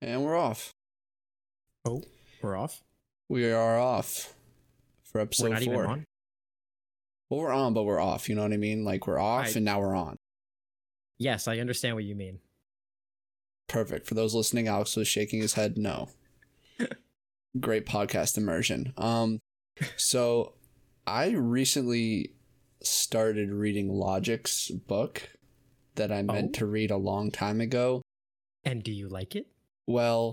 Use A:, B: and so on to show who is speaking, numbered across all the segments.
A: And we're off.
B: Oh, we're off.
A: We are off for episode
B: we're not
A: four.
B: even on.
A: Well, we're on, but we're off. You know what I mean? Like we're off,
B: I-
A: and now we're on.
B: Yes, I understand what you mean.
A: Perfect. For those listening, Alex was shaking his head. No. Great podcast immersion. Um, so I recently started reading Logic's book that I meant
B: Oh.
A: to read a long time ago.
B: And do you like it?
A: Well,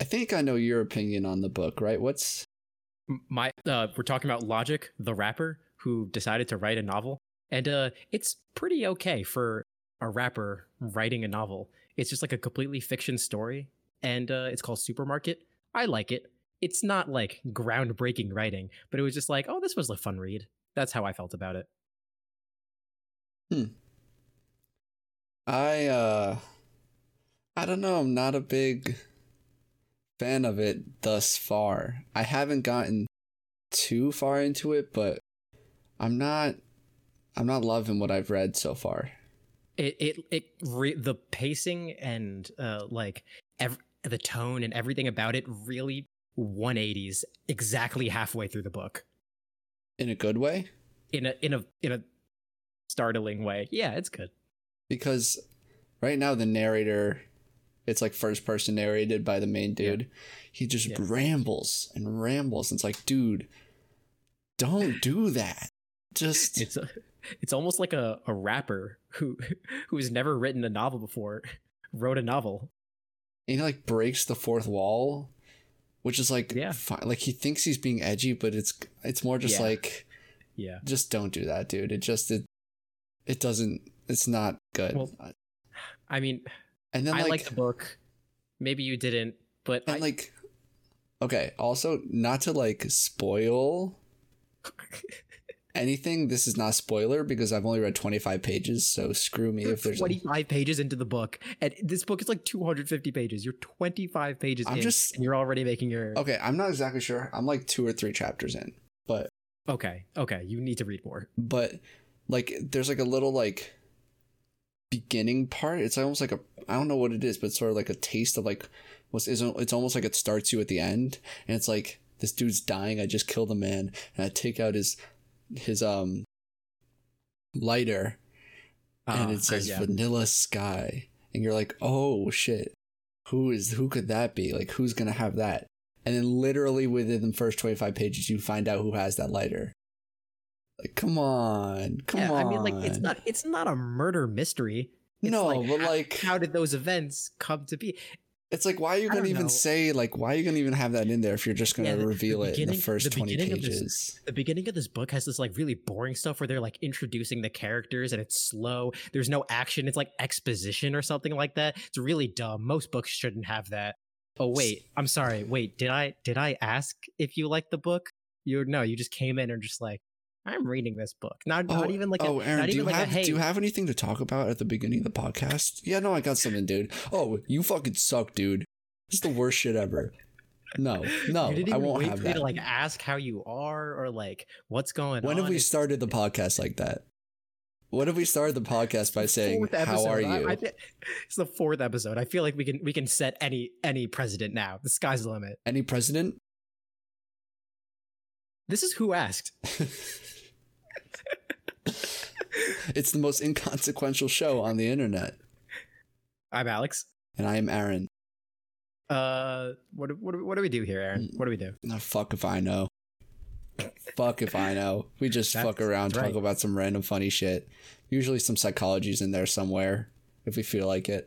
A: I think I know your opinion on the book, right? What's
B: M- My, uh, we're talking about Logic, the rapper who decided to write a novel, and uh, it's pretty okay for a rapper writing a novel. It's just like a completely fiction story, and uh, it's called Supermarket. I like it. It's not like groundbreaking writing, but it was just like, oh, this was a fun read. That's how I felt about it.
A: I uh I don't know, I'm not a big fan of it thus far. I haven't gotten too far into it, but I'm not I'm not loving what I've read so far.
B: it it it re- the pacing and uh like ev- the tone and everything about it really 180s exactly halfway through the book
A: In a good way.
B: in a in a in a startling way yeah it's good
A: Because right now the narrator it's like first person narrated by the main
B: Yeah.
A: dude. He just
B: Yeah.
A: rambles and rambles. It's like, dude, don't do that. Just
B: it's a, it's almost like a, a rapper who who has never written a novel before wrote a novel
A: and he like breaks the fourth wall, which is like
B: Yeah.
A: fi- like he thinks he's being edgy, but it's it's more just
B: Yeah.
A: like
B: yeah
A: just don't do that, dude. It just it it doesn't it's not good. Uh,
B: Well, i mean
A: and then
B: i
A: like,
B: like the book maybe you didn't but
A: and
B: I,
A: like okay, also not to like spoil anything. This is not spoiler because I've only read twenty five pages, so screw me if there's. a,
B: 25 pages into the book and this book is like 250 pages you're 25 pages
A: I'm
B: in
A: just- Oh.
B: and you're already making your okay.
A: okay, I'm not exactly sure. I'm like two or three chapters in, but
B: okay you need to read more
A: but like there's like a little like beginning part it's almost like a i don't know what it is but it's sort of like a taste of like what's isn't it's almost like it starts you at the end and it's like this dude's dying i just killed a man and i take out his his um lighter and
B: Uh,
A: it says
B: yeah.
A: vanilla sky and you're like oh shit who is who could that be like who's gonna have that and then literally within the first 25 pages you find out who has that lighter like come on come
B: Yeah,
A: on
B: i mean like it's not it's not a murder mystery it's
A: no
B: like,
A: but
B: how-
A: like
B: how did those events come to be
A: it's like why are you
B: I
A: gonna
B: don't
A: even
B: know.
A: say like why are you gonna even have that in there if you're just gonna
B: Yeah, the- the
A: reveal it in the
B: beginning-
A: first
B: the
A: 20
B: beginning of this-
A: pages
B: the beginning of this book has this like really boring stuff where they're like introducing the characters and it's slow there's no action it's like exposition or something like that it's really dumb most books shouldn't have that oh wait i'm sorry wait did i did i ask if you liked the book you no you just came in and just like i'm reading this book not not even like
A: oh
B: a,
A: Aaron,
B: not
A: do you
B: even like
A: have
B: a, hey
A: do you have anything to talk about at the beginning of the podcast? Yeah, no, I got something, dude. Oh, you fucking suck, dude. It's the worst shit ever. No, no,
B: you didn't even
A: I won't
B: wait
A: have
B: for me
A: that.
B: to like ask how you are or like what's going
A: when
B: on
A: have we
B: It's-
A: started the podcast like that? What if we started the podcast by
B: the
A: saying,
B: fourth
A: "How
B: episode.
A: are
B: I-
A: you?"
B: I thi- it's the fourth episode. I feel like we can we can set any any president now. The sky's the limit.
A: Any president?
B: This is who asked.
A: It's the most inconsequential show on the internet,
B: I'm Alex.
A: and I am Aaron.
B: Uh, what do- what do- what do we do here, Aaron? What do we do?
A: Oh, fuck if I know. fuck if I know. We just
B: That's-
A: fuck around,
B: that's
A: talk
B: right.
A: about some random funny shit. Usually some psychology's in there somewhere if we feel like it.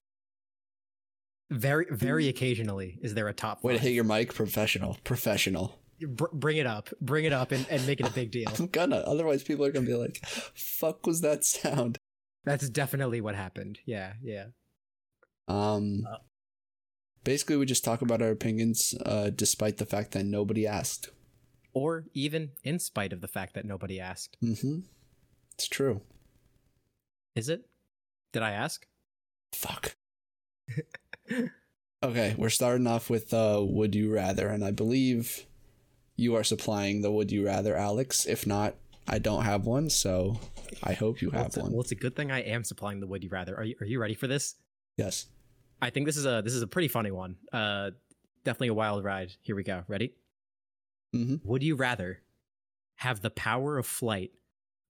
B: Very very occasionally is there a top
A: Hmm. Way to
B: five?
A: hit your mic, professional, professional.
B: Br- bring it up, bring it up, and, and make it a big deal.
A: I'm gonna. Otherwise, people are gonna be like, "Fuck was that sound?"
B: That's definitely what happened. Yeah, yeah.
A: Um.
B: Uh.
A: Basically, we just talk about our opinions, uh, despite the fact that nobody asked.
B: Or even in spite of the fact that nobody asked,
A: Mm-hmm. It's true.
B: is it? Did I ask?
A: Fuck. okay, we're starting off with uh, Would You Rather, and I believe you are supplying the Would You Rather, Alex. If not, I don't have one, so I hope you
B: Well,
A: have
B: it's a-
A: one.
B: well, it's a good thing I am supplying the would you rather. Are you are you ready for this?
A: Yes.
B: I think this is a this is a pretty funny one. Uh, definitely a wild ride. Here we go. Ready?
A: hmm
B: Would you rather have the power of flight,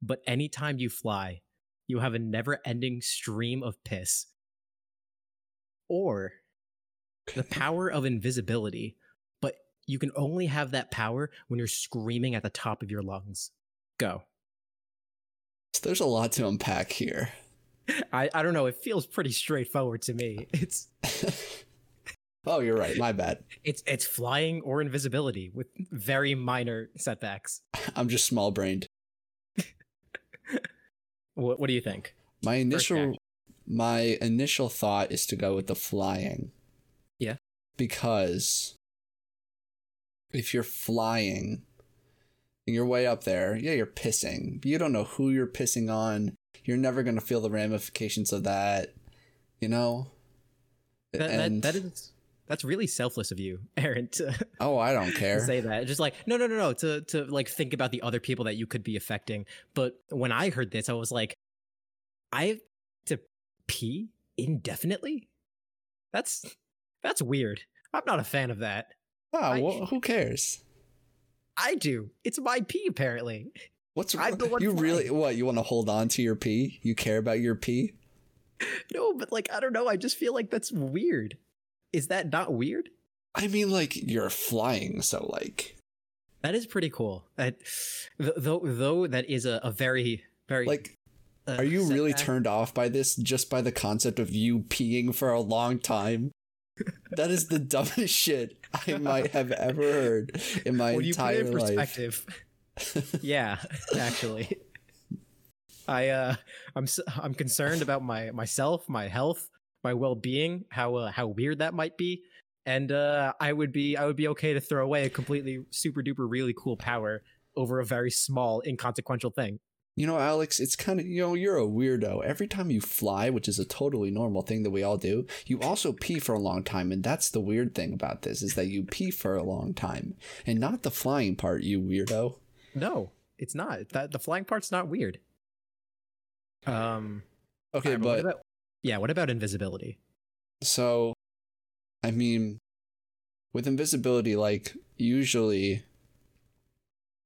B: but anytime you fly, you have a never-ending stream of piss, or the power of invisibility, but you can only have that power when you're screaming at the top of your lungs? Go.
A: So there's a lot to unpack here.
B: I, I don't know. It feels pretty straightforward to me. It's
A: oh, you're right. My bad.
B: it's it's flying or invisibility with very minor setbacks.
A: I'm just small brained.
B: What what do you think?
A: My initial
B: reaction.
A: my initial thought is to go with the flying.
B: Yeah.
A: Because if you're flying and you're way up there, yeah, you're pissing. But you don't know who you're pissing on. You're never gonna feel the ramifications of that. You know?
B: That, that, that is that's really selfless of you, Aaron, to,
A: oh, I don't
B: to
A: care.
B: say that. Just like no no no no to to like think about the other people that you could be affecting. But when I heard this, I was like, I have to pee indefinitely. That's that's weird. I'm not a fan of that.
A: Ah,
B: I-
A: well, who cares?
B: I do. It's my pee apparently.
A: What's
B: I'm the one
A: you
B: flying.
A: really what you want to hold on to your pee? You care about your pee?
B: No, but like I don't know. I just feel like that's weird. Is that not weird?
A: I mean, like you're flying, so like
B: That is pretty cool. That, th- though, though that is a, a very very
A: like
B: uh,
A: Are you really
B: setback.
A: turned off by this just by the concept of you peeing for a long time? that is the dumbest shit I might have ever heard in my
B: When you put
A: entire
B: it in
A: life.
B: perspective, yeah, actually, I uh, I'm s- I'm concerned about my myself, my health, my well being, how uh, how weird that might be, and uh, I would be I would be okay to throw away a completely super duper really cool power over a very small inconsequential thing.
A: You know, Alex, it's kind of, you know, you're a weirdo. Every time you fly, which is a totally normal thing that we all do, you also pee for a long time. And that's the weird thing about this is that you pee for a long time and not the flying part, you weirdo.
B: No, it's not. That the flying part's not weird. Um.
A: Okay,
B: Alright,
A: but
B: what about, yeah, what about invisibility?
A: So, I mean, with invisibility, like usually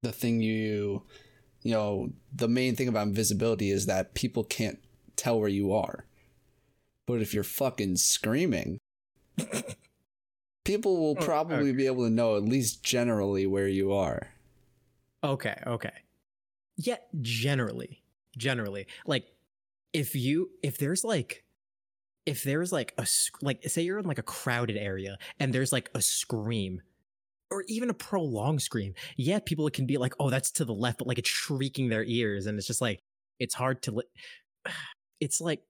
A: the thing you, you know, the main thing about invisibility is that people can't tell where you are. But if you're fucking screaming, people will
B: Oh,
A: probably be able to know at least generally where you are.
B: Okay, okay. Yeah, generally, generally, like if you if there's like if there's like a sc- like say you're in like a crowded area and there's like a scream or even a prolonged scream, yeah, people can be like, oh, that's to the left, but like it's shrieking their ears and it's just like it's hard to. Li- it's like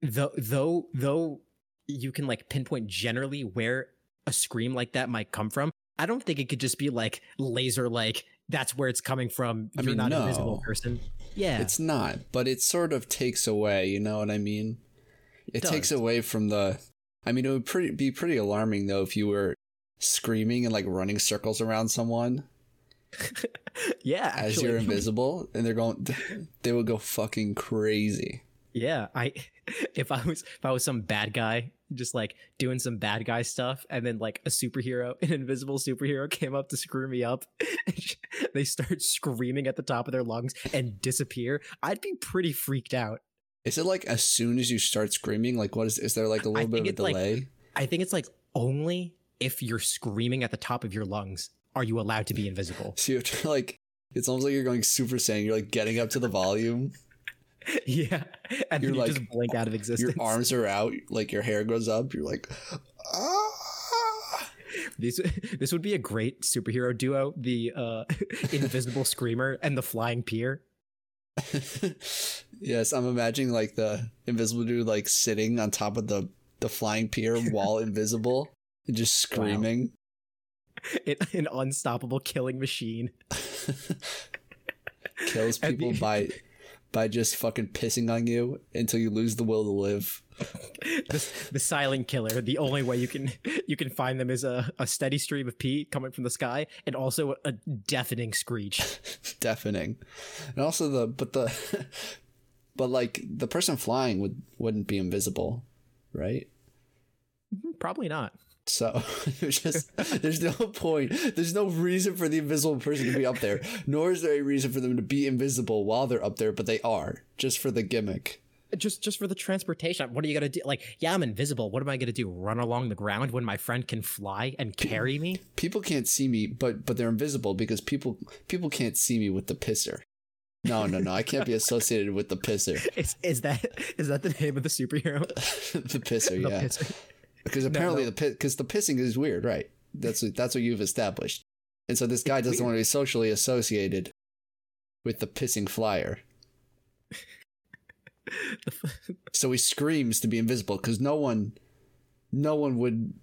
B: though though though you can like pinpoint generally where a scream like that might come from. I don't think it could just be like laser like that's where it's coming from.
A: I
B: You're
A: mean,
B: not
A: no.
B: a visible person. Yeah.
A: It's not, but it sort of takes away, you know what I mean? It,
B: does.
A: takes away from the I mean it would pretty be pretty alarming though if you were screaming and like running circles around someone
B: yeah,
A: as
B: actually.
A: you're invisible and they're going they would go fucking crazy.
B: Yeah, I if I was if I was some bad guy, just like doing some bad guy stuff, and then like a superhero, an invisible superhero came up to screw me up, they start screaming at the top of their lungs and disappear. I'd be pretty freaked out.
A: Is it like as soon as you start screaming like what is is there like a little bit of
B: think
A: a
B: it's, like,
A: delay?
B: I think it's like only if you're screaming at the top of your lungs are you allowed to be invisible.
A: so you have to like it's almost like you're going super saiyan, you're like getting up to the volume,
B: yeah, and
A: You're
B: then you
A: like-
B: just blink out of
A: your
B: existence.
A: arms are out, like your hair goes up, you're like ah!
B: These, this would be a great superhero duo: the uh, invisible screamer and the flying peer.
A: yes, I'm imagining like the invisible dude like sitting on top of the the flying pier while invisible and just screaming.
B: it, an unstoppable killing machine.
A: Kills
B: And
A: people
B: the-
A: by by just fucking pissing on you until you lose the will to live.
B: The, the silent killer. The only way you can you can find them is a, a steady stream of pee coming from the sky and also a deafening screech.
A: Deafening. And also the but the But like the person flying would wouldn't be invisible, right?
B: Probably not.
A: So there's just there's no point. There's no reason for the invisible person to be up there, nor is there a reason for them to be invisible while they're up there, but they are, just for the gimmick.
B: Just just for the transportation. What are you gonna do? Like, yeah, I'm invisible. What am I gonna do? Run along the ground when my friend can fly and carry me?
A: People can't see me, but but they're invisible because people people can't see me with the pisser. No, no, no. I can't be associated with the pisser.
B: Is is that is that the name of the superhero?
A: the pisser,
B: The
A: Oh, yeah.
B: pisser.
A: Because apparently the because the pissing is weird, right? That's what, that's what you've established, and so this guy doesn't want to be socially associated with the pissing flyer. so he screams to be invisible because no one, no one would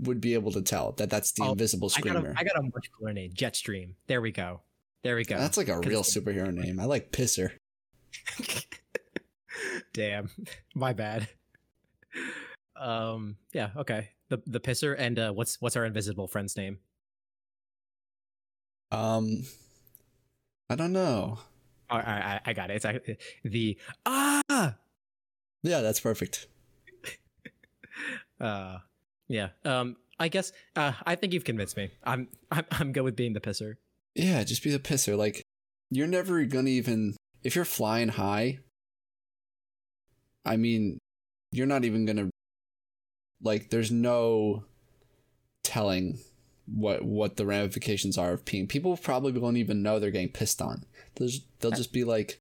A: would be able to tell that that's the
B: Oh,
A: invisible
B: I got,
A: screamer.
B: a, I got a much cooler name. Jetstream. There we go. There we go.
A: That's like a real superhero name. I like pisser.
B: Damn, my bad. Um, yeah, okay. The the pisser and uh, what's what's our invisible friend's name?
A: Um, I don't know.
B: All right, I, I got it. It's ac- the ah.
A: Yeah, that's perfect.
B: Uh, yeah. Um, I guess uh, I think you've convinced me. I'm I'm I'm good with being the pisser.
A: Yeah, just be the pisser. Like, you're never gonna even if you're flying high. I mean, you're not even gonna like. There's no telling what what the ramifications are of peeing. People probably won't even know they're getting pissed on. There's, they'll
B: That-
A: just be like,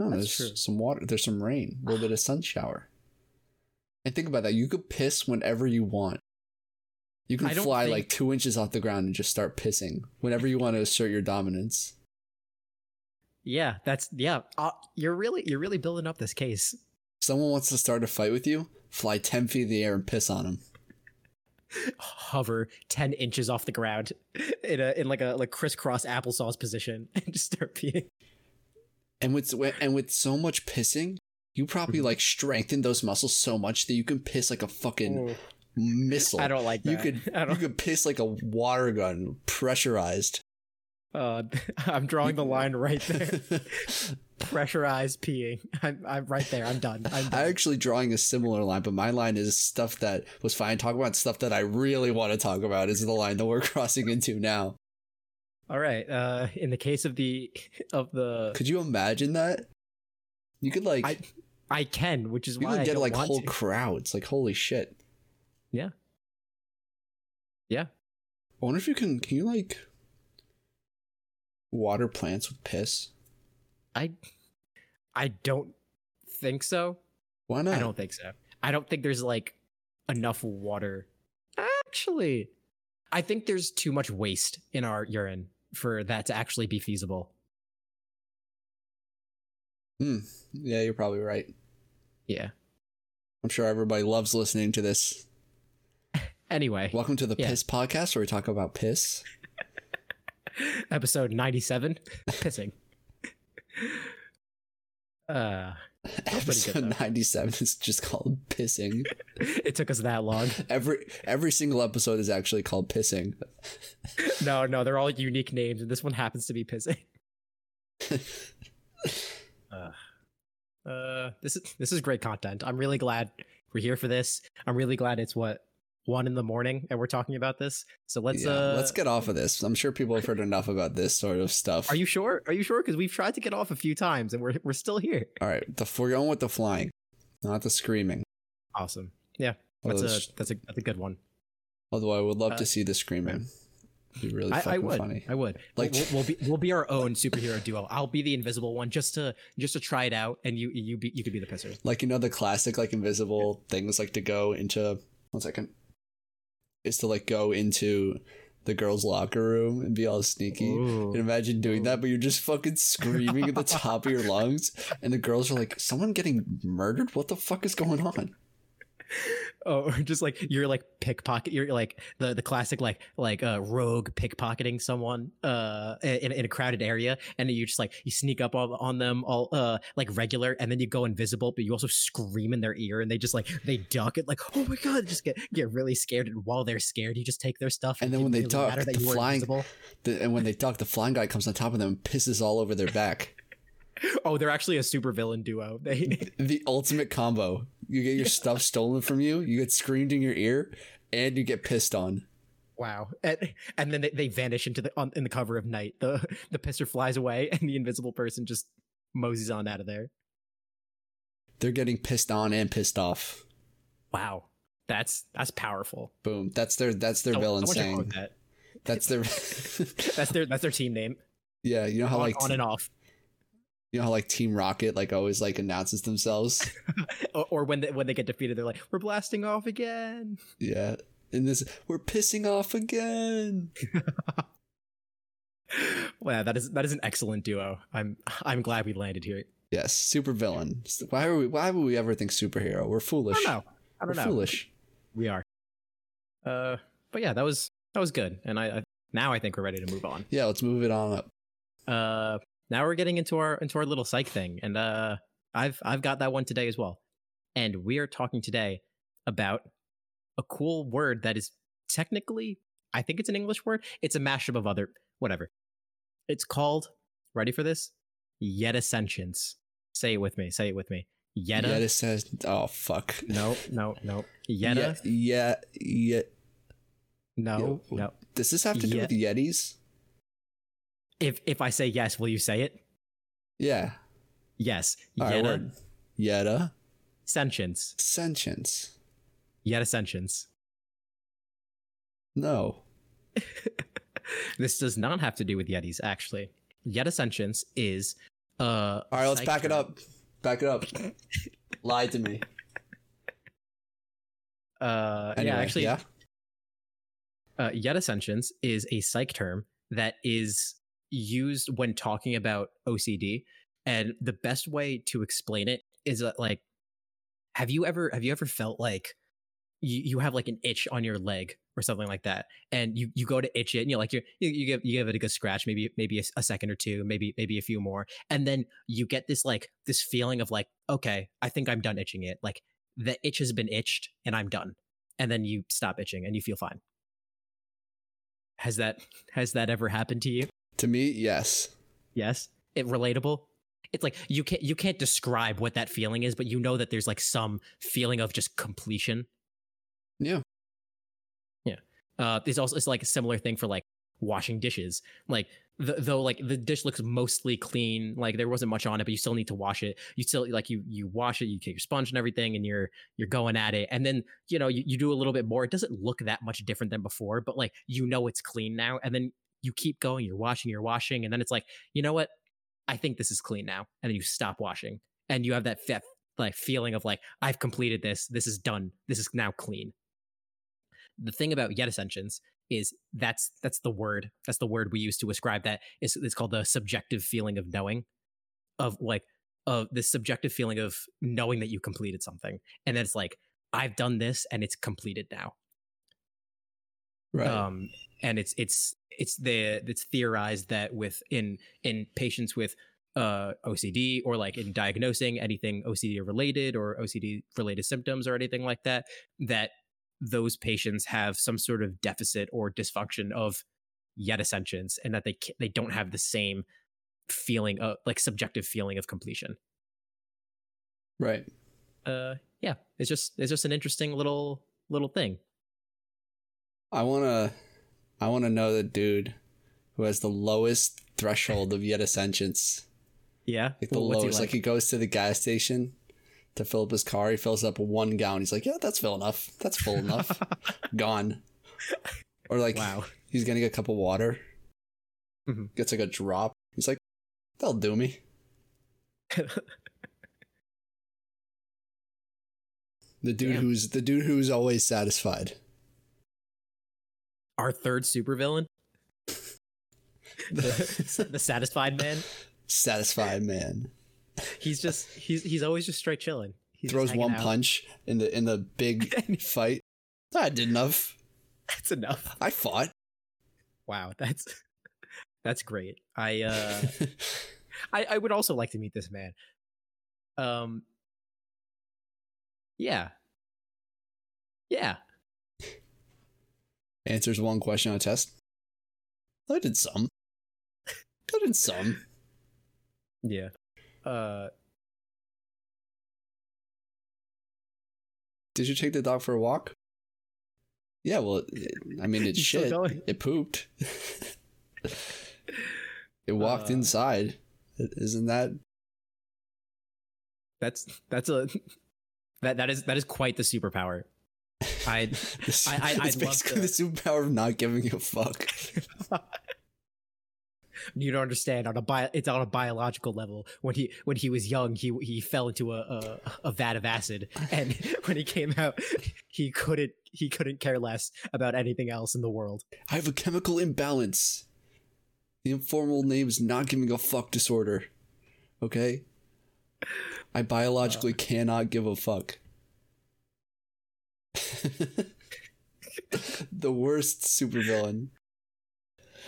A: "Oh,
B: That's
A: there's
B: true.
A: some water. There's some rain. A little bit of sun shower." And think about that. You could piss whenever you want. You can
B: I don't
A: fly
B: think-
A: like two inches off the ground and just start pissing whenever you want to assert your dominance.
B: Yeah, that's yeah. Uh, you're really you're really building up this case.
A: Someone wants to start a fight with you, fly 10 feet in the air and piss on them.
B: Hover ten inches off the ground in a in like a like crisscross applesauce position and just start peeing.
A: And with, and with so much pissing, you
B: Mm-hmm.
A: probably like strengthen those muscles so much that you can piss like a fucking
B: Ooh,
A: missile.
B: Mm. I don't like that.
A: you could
B: I
A: you
B: don't.
A: could piss like a water gun, pressurized.
B: Uh, I'm drawing the line right there.
A: I'm
B: Pressurized peeing. I'm, I'm right there. I'm done. I'm done.
A: actually drawing a similar line, but my line is stuff that was fine to talk about. Stuff that I really want to talk about is the line that we're crossing into now.
B: All right. Uh, in the case of the of the,
A: Could you imagine that? You could like
B: I I can, which is
A: you
B: why I
A: could get
B: don't
A: like
B: want
A: whole
B: to.
A: crowds. Like holy shit.
B: Yeah. Yeah.
A: I wonder if you can. Can you like water plants with piss?
B: I I don't think so.
A: Why not?
B: I don't think so. I don't think there's like enough water. Actually, I think there's too much waste in our urine for that to actually be feasible.
A: Yeah, you're probably right.
B: Yeah.
A: I'm sure everybody loves listening to this.
B: Anyway,
A: Welcome to the
B: Yeah.
A: Piss Podcast, where we talk about piss.
B: episode 97 pissing uh pretty good,
A: episode
B: though.
A: 97 is just called pissing.
B: it took us that long
A: every every single episode is actually called pissing.
B: no no they're all unique names and this one happens to be pissing uh, uh this is this is great content i'm really glad we're here for this i'm really glad it's what one in the morning and we're talking about this so let's
A: Yeah,
B: uh
A: let's get off of this. I'm sure people have heard enough about this sort of stuff.
B: are you sure are you sure because we've tried to get off a few times and we're we're still here
A: All right, the we're going with the flying, not the screaming.
B: awesome yeah that's
A: Although,
B: a that's a that's a good one
A: although I would love
B: uh,
A: to see the screaming. It'd be really
B: I,
A: fucking
B: I would.
A: funny.
B: I would.
A: Like-
B: Like we'll, we'll be we'll be our own superhero duo. I'll be the invisible one just to just to try it out, and you you be you could be the pisser.
A: like you know the classic like invisible things like to go into one second is to like go into the girls locker room and be all sneaky and imagine doing that but you're just fucking screaming at the top of your lungs and the girls are like someone getting murdered what the fuck is going on
B: Oh, or just like you're like pickpocket. You're like the the classic like like uh, rogue pickpocketing someone uh in, in a crowded area, and you just like you sneak up on, on them all uh like regular, and then you go invisible, but you also scream in their ear, and they just like they duck and like oh my god, just get get really scared, and while they're scared, you just take their stuff,
A: And then
B: it
A: when they
B: doesn't
A: duck,
B: matter that
A: the
B: you were
A: flying-
B: invisible.
A: the, and when they duck the flying guy comes on top of them and pisses all over their back
B: oh, they're actually a supervillain duo. They
A: The ultimate combo. You get your stuff stolen from you, you get screamed in your ear, and you get pissed on.
B: wow, and, and then they, they vanish into the on, in the cover of night. The the pisser flies away, and the invisible person just moseys on out of there.
A: They're getting pissed on and pissed off.
B: Wow, that's that's powerful.
A: Boom. That's their that's their
B: I- I
A: villain
B: want you to quote
A: saying.
B: that.
A: That's their
B: That's their that's their team name.
A: Yeah, you know how
B: on,
A: like
B: on and off,
A: you know how like Team Rocket like always like announces themselves.
B: or, or when they when they get defeated, they're like, "We're blasting off again."
A: yeah. And this we're pissing off again.
B: Wow, that is that is an excellent duo. I'm I'm glad we landed here.
A: Yes, super villain. Why are we why would we ever think superhero? We're
B: I
A: foolish.
B: don't know. I
A: We're
B: don't know.
A: foolish.
B: We are. Uh, but yeah, that was that was good, and I, I now I think we're ready to move on.
A: Yeah, let's move it on up.
B: Uh, now we're getting into our into our little psych thing, and uh, I've I've got that one today as well, and we are talking today about a cool word that is technically I think it's an English word. It's a mashup of other whatever. It's called ready for this? Yet ascensions. Say it with me. Say it with me. Yetta.
A: Yetta says oh fuck.
B: No, no, no. Yetta.
A: Yeah, yeah, yeah.
B: No,
A: Yo.
B: no.
A: Does this have to do
B: Ye-
A: with Yetis?
B: If if I say yes, will you say it?
A: Yeah.
B: Yes.
A: All right,
B: Yetta
A: word. Yetta.
B: sentience.
A: Sentience.
B: Yetta sentience.
A: No.
B: This does not have to do with Yetis, actually. Yetta sentience is uh
A: All right, let's
B: psych
A: back it
B: term.
A: up. Back it up. Lied to me.
B: Uh yeah,
A: Anyway,
B: actually
A: yeah.
B: uh Yetta sentience is a psych term that is used when talking about OCD. And the best way to explain it is that like have you ever have you ever felt like you, you have like an itch on your leg or something like that and you, you go to itch it and you're like you're, you you give you give it a good scratch maybe maybe a, s- a second or two maybe maybe a few more and then you get this like this feeling of like okay I think I'm done itching it like the itch has been itched and I'm done and then you stop itching and you feel fine has that has that ever happened to you
A: To me, yes.
B: Yes. It relatable. It's like you can't you can't describe what that feeling is, but you know that there's like some feeling of just completion.
A: Yeah.
B: Yeah. Uh there's also it's like a similar thing for like washing dishes. Like the, though like the dish looks mostly clean, like there wasn't much on it, but you still need to wash it. You still like you you wash it, you get your sponge and everything, and you're you're going at it. And then, you know, you, you do a little bit more. It doesn't look that much different than before, but like you know it's clean now. And then you keep going, you're washing, you're washing, and then it's like you know what? I think this is clean now. And then you stop washing and you have that, that like feeling of like, I've completed this. This is done. This is now clean. The thing about yet ascensions is that's that's the word that's the word we use to ascribe that is it's called the subjective feeling of knowing of like of this subjective feeling of knowing that you completed something and then it's like i've done this and it's completed now
A: Right.
B: um, and it's it's it's the it's theorized that with in in patients with uh, OCD or like in diagnosing anything OCD related or OCD related symptoms or anything like that, that those patients have some sort of deficit or dysfunction of yet ascensions, and that they ca- they don't have the same feeling of like subjective feeling of completion.
A: right.
B: Uh, yeah, it's just it's just an interesting little little thing.
A: I wanna I wanna know the dude who has the lowest threshold of yet ascensions.
B: Yeah,
A: Like the
B: Wh- what's he
A: lowest. Like? he goes to the gas station to fill up his car, he fills up one gallon. He's like, Yeah, that's full enough. That's full enough. Gone. Or like
B: wow.
A: he's getting a cup of water.
B: Mhm.
A: Gets like a drop. He's like, They'll do me. The dude
B: Damn.
A: who's the dude who's always satisfied.
B: Our third supervillain. the, the satisfied man.
A: satisfied man.
B: He's just he's he's always just straight chilling. He's just
A: Throws
B: hanging
A: one
B: out.
A: punch in the in the big fight. I did enough.
B: That's enough.
A: I fought.
B: Wow, that's that's great. I uh I, I would also like to meet this man. Um Yeah. Yeah.
A: Answers one question on a test. I did some. I did some.
B: Yeah. Uh,
A: Did you take the dog for a walk? Yeah, well, it, I mean, it
B: You still
A: shit.
B: going?
A: It pooped. it walked
B: Uh.
A: inside. Isn't that
B: that's that's a that that is that is quite the superpower. I
A: This,
B: I- I-
A: it's
B: I'd love
A: basically
B: to-
A: the superpower of not giving a fuck.
B: you don't understand on a bio, it's on a biological level. When he when he was young, he he fell into a, a a vat of acid, and when he came out, he couldn't he couldn't care less about anything else in the world.
A: I have a chemical imbalance. The informal name is not giving a fuck disorder. Okay? I biologically cannot give a fuck. the worst supervillain.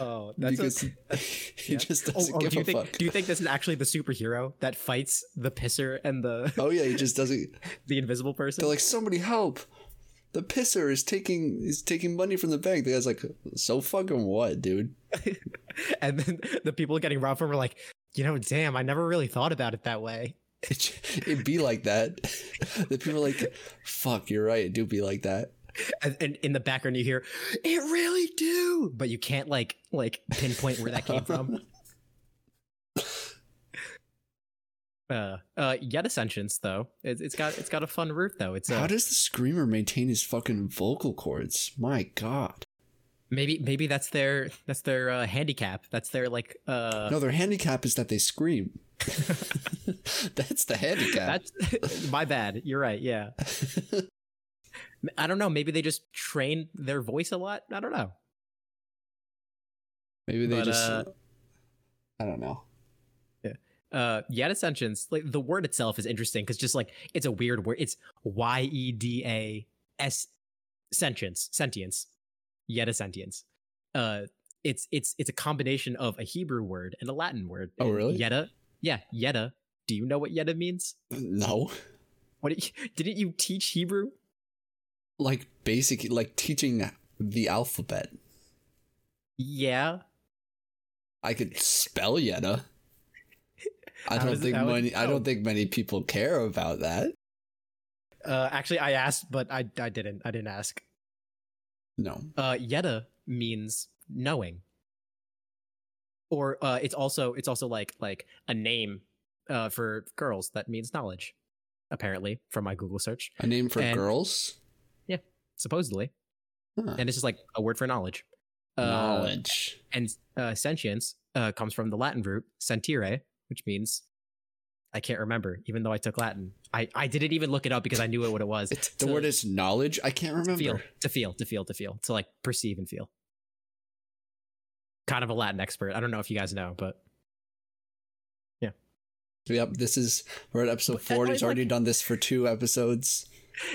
B: Oh, that's
A: Because he
B: yeah.
A: just
B: Oh,
A: doesn't
B: oh,
A: give
B: do you
A: a
B: think
A: fuck.
B: do you think this is actually the superhero that fights the pisser and the
A: Oh yeah, he just doesn't
B: the invisible person?
A: They're like, somebody help! The pisser is taking is taking money from the bank. The guy's like, so fucking what, dude?
B: and then the people getting robbed from are like, you know, damn, I never really thought about it that way.
A: It, would be like that. the people are like, fuck, you're right. It do be like that.
B: And, and in the background, you hear, "It really do," but you can't like like pinpoint where that came from. Uh, uh, yet a sentence though. It's, it's got it's got a fun root though. It's
A: How
B: uh,
A: does the screamer maintain his fucking vocal cords? My god.
B: maybe maybe that's their that's their uh, handicap. That's their like uh
A: no, their handicap is that they scream. That's the handicap.
B: That's my bad. You're right. Yeah. I don't know. Maybe they just train their voice a lot. I don't know.
A: Maybe they
B: but,
A: just.
B: uh,
A: I don't know.
B: Uh, yet ascensions. Like the word itself is interesting because just like it's a weird word. It's Y E D A S sentience. Sentience. Yet a sentience. Uh, it's it's it's a combination of a Hebrew word and a Latin word.
A: Oh,
B: And
A: really?
B: Yeta. Yeah. Yeta. Do you know what yeta means?
A: No.
B: What did you, didn't you teach Hebrew?
A: Like, basic, like teaching the alphabet.
B: Yeah.
A: I could spell Yetta. I
B: How
A: don't
B: does-
A: think
B: how would
A: many.
B: you
A: I don't
B: know?
A: think many people care about that.
B: Uh, actually, I asked, but I I didn't. I didn't ask.
A: No,
B: uh yeta means knowing or uh it's also it's also like like a name uh for girls that means knowledge apparently from my google search
A: a name for
B: And-
A: girls.
B: supposedly
A: Huh.
B: and it's just like a word for knowledge Uh,
A: Knowledge.
B: and uh sentience uh comes from the latin root sentire which means i can't remember even though i took latin i i didn't even look it up because i knew what it was
A: It's, the
B: to-
A: word is knowledge. I can't
B: to feel
A: remember.
B: to feel to feel to feel to like perceive and feel kind of a latin expert i don't know if you guys know but
A: Yep, this is we're at episode
B: But that-
A: four. and
B: I
A: He's already
B: like-
A: done this for two episodes.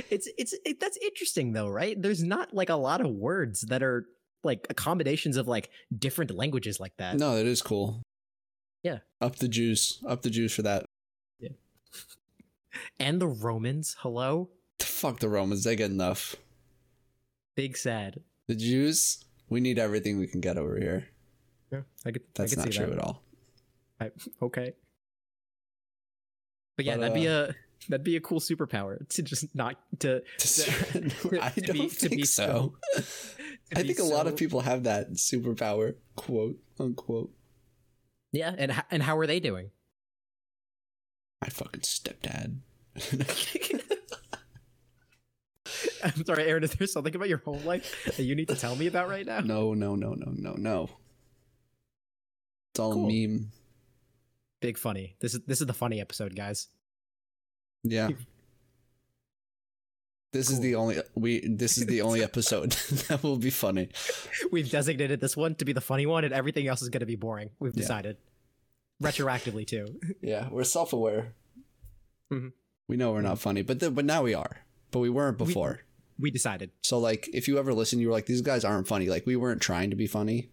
B: it's it's it, that's interesting though right there's not like a lot of words that are like accommodations of like different languages like that
A: No, that is cool.
B: Yeah.
A: Up the juice. Up the juice for that.
B: and the romans hello
A: Fuck the Romans. They get enough.
B: big sad
A: The Jews. We need everything we can get over here.
B: yeah i could
A: That's
B: I could
A: not
B: see
A: true
B: that.
A: at all.
B: okay but
A: But,
B: yeah
A: uh,
B: that'd be a that'd be a cool superpower to just not to
A: I
B: to
A: don't
B: be- to
A: think
B: be
A: so.
B: to
A: I
B: be
A: think a lot of
B: so-
A: people have that superpower, quote unquote.
B: yeah and h- and how are they doing
A: My fucking stepdad.
B: i'm sorry aaron is there something about your home life that you need to tell me about right now
A: no, no, no, no, no, no. It's all
B: Cool.
A: a meme.
B: big funny this is this is the funny episode guys
A: Yeah. This is
B: Cool.
A: the only we. This is the only episode that will be funny.
B: We've designated this one to be the funny one, and everything else is going to be boring. We've
A: Yeah.
B: decided. Retroactively, too.
A: Yeah, we're self-aware.
B: Mhm.
A: We know we're not funny, but th- but now we are. But we weren't
B: We-
A: before.
B: We decided
A: so like, if you ever listen, you were like, these guys aren't funny. Like we weren't trying to be funny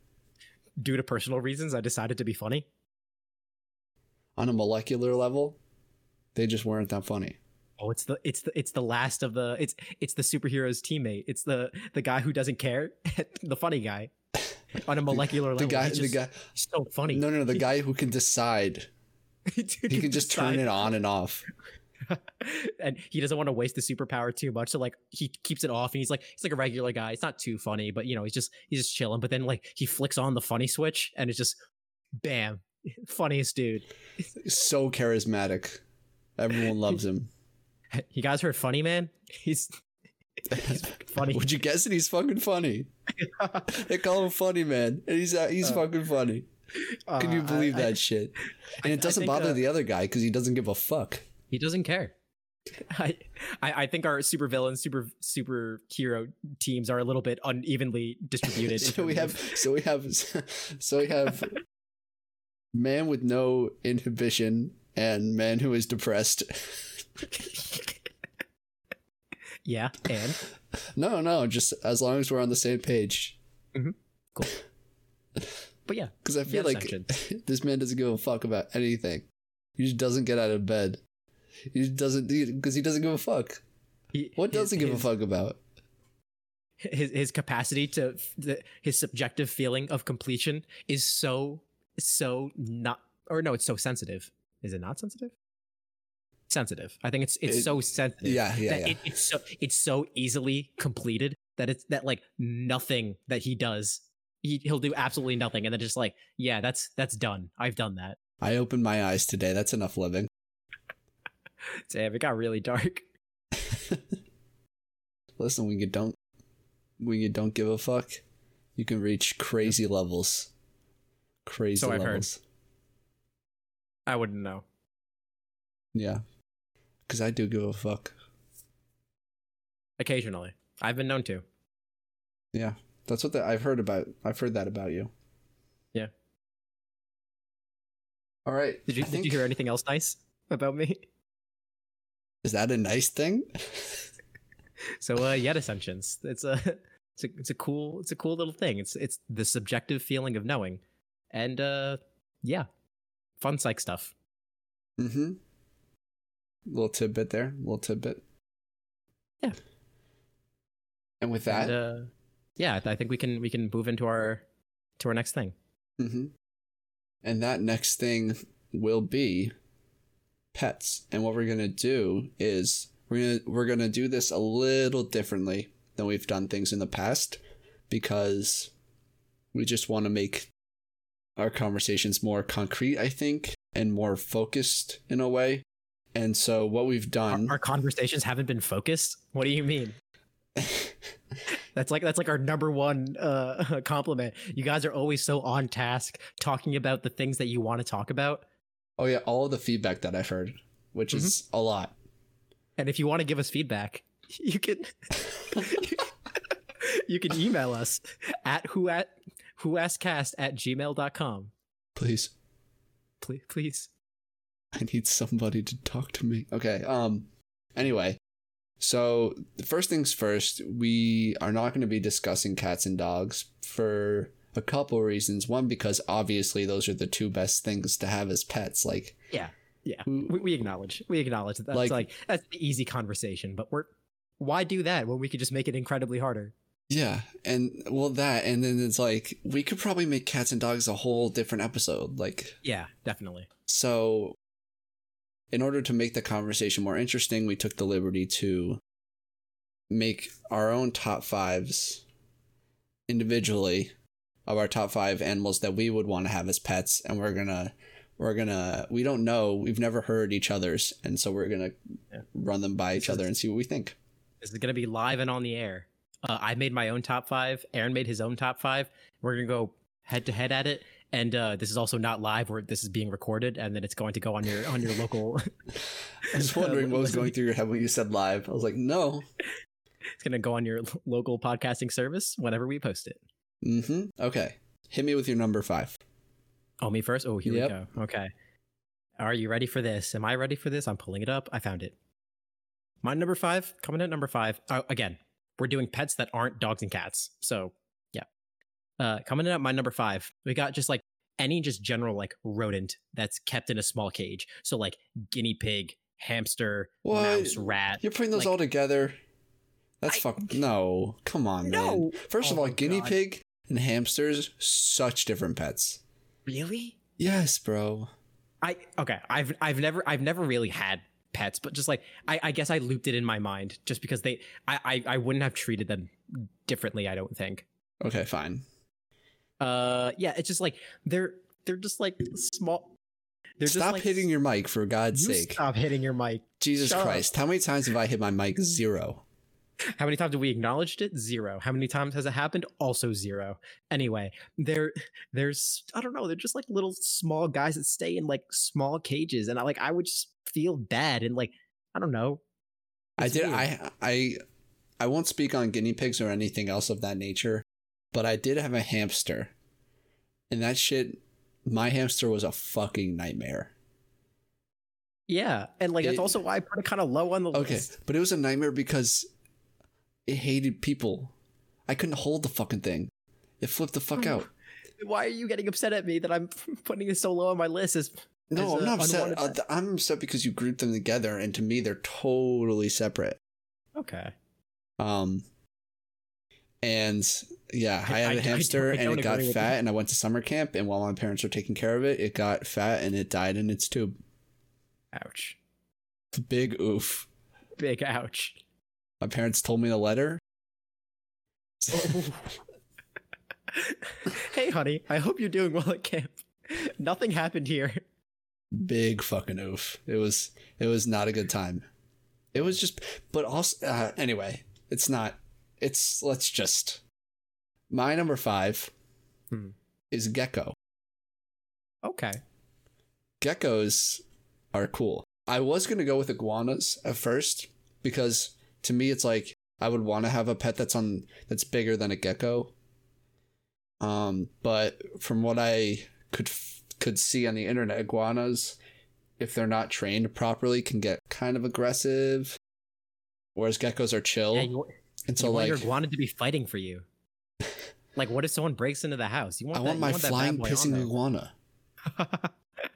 B: due to personal reasons, I decided to be funny.
A: on a molecular level. They just weren't that funny.
B: Oh, it's the it's the it's the last of the it's it's the superhero's teammate. It's the the guy who doesn't care, the funny guy, on a molecular
A: The
B: level.
A: guy,
B: he's
A: the
B: just
A: guy,
B: so funny.
A: No, no, no. The
B: He-
A: guy who can decide He can just turn it on and off.
B: and he doesn't want to waste the superpower too much. So like he keeps it off and he's like he's like a regular guy. It's not too funny, but you know, he's just he's just chilling. But then like he flicks on the funny switch and it's just bam. Funniest dude.
A: So charismatic. Everyone loves him.
B: You guys heard funny man? He's he's funny.
A: Would you guess it? He's fucking funny. they call him funny man, and he's uh, he's
B: Uh,
A: fucking funny. Can you
B: Uh, I-
A: believe
B: I-
A: that shit? And it
B: I- I
A: doesn't
B: think,
A: bother
B: uh,
A: the other guy because he doesn't give a fuck.
B: He doesn't care. I, I I think our supervillain, super superhero teams are a little bit unevenly distributed. in
A: so we
B: terms
A: have
B: of-
A: so we have so we have man with no inhibition and man who is depressed.
B: yeah, and
A: No, no, just as long as we're on the same page.
B: but yeah,
A: Because I feel
B: Yeah,
A: like this man doesn't give a fuck about anything. He just doesn't get out of bed. He just doesn't because he doesn't give a fuck.
B: he,
A: What
B: his-
A: does he give a
B: his-
A: fuck about?
B: His his capacity to f- the, his subjective feeling of completion is so so not or no, it's so sensitive. Is it not sensitive? Sensitive. I think it's it's
A: It-
B: so sensitive.
A: Yeah, yeah,
B: that
A: yeah.
B: It, it's so it's so easily completed that it's that like nothing that he does he, he'll do absolutely nothing and then just like yeah that's that's done i've done that
A: I opened my eyes today. That's enough living.
B: damn it got really dark
A: Listen, when you don't when you don't give a fuck, you can reach crazy levels. Crazy
B: So I've heard.
A: levels.
B: i wouldn't know
A: Yeah. Cause I do give a fuck.
B: occasionally i've been known to
A: That's what the, I've heard about. I've heard that about you.
B: Yeah.
A: All right.
B: did you
A: I
B: did
A: think-
B: you hear anything else nice about me
A: Is that a nice thing?
B: so uh yet ascensions it's a it's a, it's a cool it's a cool little thing it's it's the subjective feeling of knowing and uh yeah fun psych stuff
A: mm-hmm. Little tidbit there. Little tidbit.
B: Yeah.
A: And with that,
B: And, uh, yeah, I think we can we can move into our to our next thing.
A: Mm-hmm. And that next thing will be pets. And what we're gonna do is we're gonna we're gonna do this a little differently than we've done things in the past because we just want to make our conversations more concrete, I think, and more focused in a way. And so what we've
B: Our,
A: done
B: our conversations haven't been focused. What do you mean? That's like that's like our number one uh, compliment. You guys are always so on task, talking about the things that you want to talk about.
A: Oh yeah, all of the feedback that I've heard, which is a lot.
B: And if you want to give us feedback, you can you can email us at who at whoascast at gmail.com.
A: Please.
B: Please, please.
A: I need somebody to talk to me. Okay. Um. Anyway, so the first things first, we are not going to be discussing cats and dogs for a couple reasons. One, because obviously those are the two best things to have as pets. Like,
B: Yeah. Yeah.
A: who-
B: we, we acknowledge we acknowledge that that's
A: Like-
B: like, that's the easy conversation but we're why do that when we could just make it incredibly harder
A: yeah. And well, that, and then it's like we could probably make cats and dogs a whole different episode. Like,
B: yeah definitely
A: So, in order to make the conversation more interesting, we took the liberty to make our own top fives individually of our top five animals that we would want to have as pets, and we're gonna we're gonna we don't know we've never heard each other's, and so we're gonna
B: Yeah.
A: run them by each
B: This is-
A: other and see what we think.
B: this is going to be live and on the air uh, i made my own top five aaron made his own top five we're going to go head to head at it and uh, this is also not live where this is being recorded and then it's going to go on your on your local
A: I was wondering what was going through your head when you said live. I was like, no.
B: it's going to go on your local podcasting service whenever we post it
A: Mm-hmm. Okay. Hit me with your number five.
B: Oh, me first? Oh, here
A: Yep.
B: we go. Okay. Are you ready for this? Am I ready for this? I'm pulling it up. I found it. My number five, coming in at number five. Oh, again, we're doing pets that aren't dogs and cats. So, yeah. Uh, coming in at my number five, we got just like any just general like rodent that's kept in a small cage. So, like guinea pig, hamster,
A: What?
B: mouse, rat.
A: You're putting those
B: Like-
A: all together. That's
B: I-
A: fuck. No, come on, man. First of
B: Oh
A: all,
B: my
A: guinea
B: God.
A: pig and hamsters, such different pets.
B: Really?
A: Yes, bro.
B: I okay. I've I've never I've never really had pets, but just like I, I guess I looped it in my mind just because they I, I I wouldn't have treated them differently. I don't think.
A: Okay, fine.
B: Uh, yeah, it's just like they're they're just like small. They're just,
A: Stop
B: like,
A: hitting your mic for God's
B: you
A: sake.
B: Stop hitting your mic.
A: Jesus
B: shut up.
A: Christ. How many times have I hit my mic? Zero.
B: How many times have we acknowledged it? Zero. How many times has it happened? Also zero. Anyway, they're there's I don't know. They're just like little small guys that stay in like small cages, and I like I would just feel bad and like I don't know.
A: I
B: It's
A: did
B: weird.
A: I I I won't speak on guinea pigs or anything else of that nature, but I did have a hamster. And that shit my hamster was a fucking nightmare.
B: Yeah, and like that's
A: It-
B: also why I put it kind of low on the
A: Okay,
B: list.
A: but it was a nightmare because it hated people. I couldn't hold the fucking thing. It flipped the fuck out.
B: Why are you getting upset at me that I'm putting it so low on my list? Is
A: No, I'm
B: As a
A: not upset.
B: unwanted
A: Uh, th- I'm upset because you grouped them together, and to me, they're totally separate.
B: okay.
A: Um, and yeah, I,
B: I- I-
A: had
B: I
A: a
B: don't-
A: hamster,
B: I
A: and
B: don't
A: it got
B: agree with
A: fat,
B: you.
A: and I went to summer camp, and while my parents were taking care of it, it got fat, and it died in its tube.
B: Ouch.
A: Big oof.
B: Big ouch.
A: My parents told me the letter.
B: Oh, hey, honey. I hope you're doing well at camp. Nothing happened here.
A: Big fucking oof. It was it was not a good time. It was just, but also uh, anyway, it's not. It's let's just. My number five
B: Hmm.
A: is gecko.
B: Okay.
A: geckos are cool. I was gonna go with iguanas at first because to me it's like I would want to have a pet that's on that's bigger than a gecko. Um, but from what I could f- could see on the internet, iguanas, if they're not trained properly, can get kind of aggressive. Whereas geckos are chill,
B: Yeah, you, want-
A: and
B: you
A: so
B: want
A: like
B: your iguana to be fighting for you. Like, what if someone breaks into the house? You want
A: I
B: that,
A: want
B: you
A: my
B: want that bad
A: flying
B: boy on
A: pissing
B: there.
A: iguana.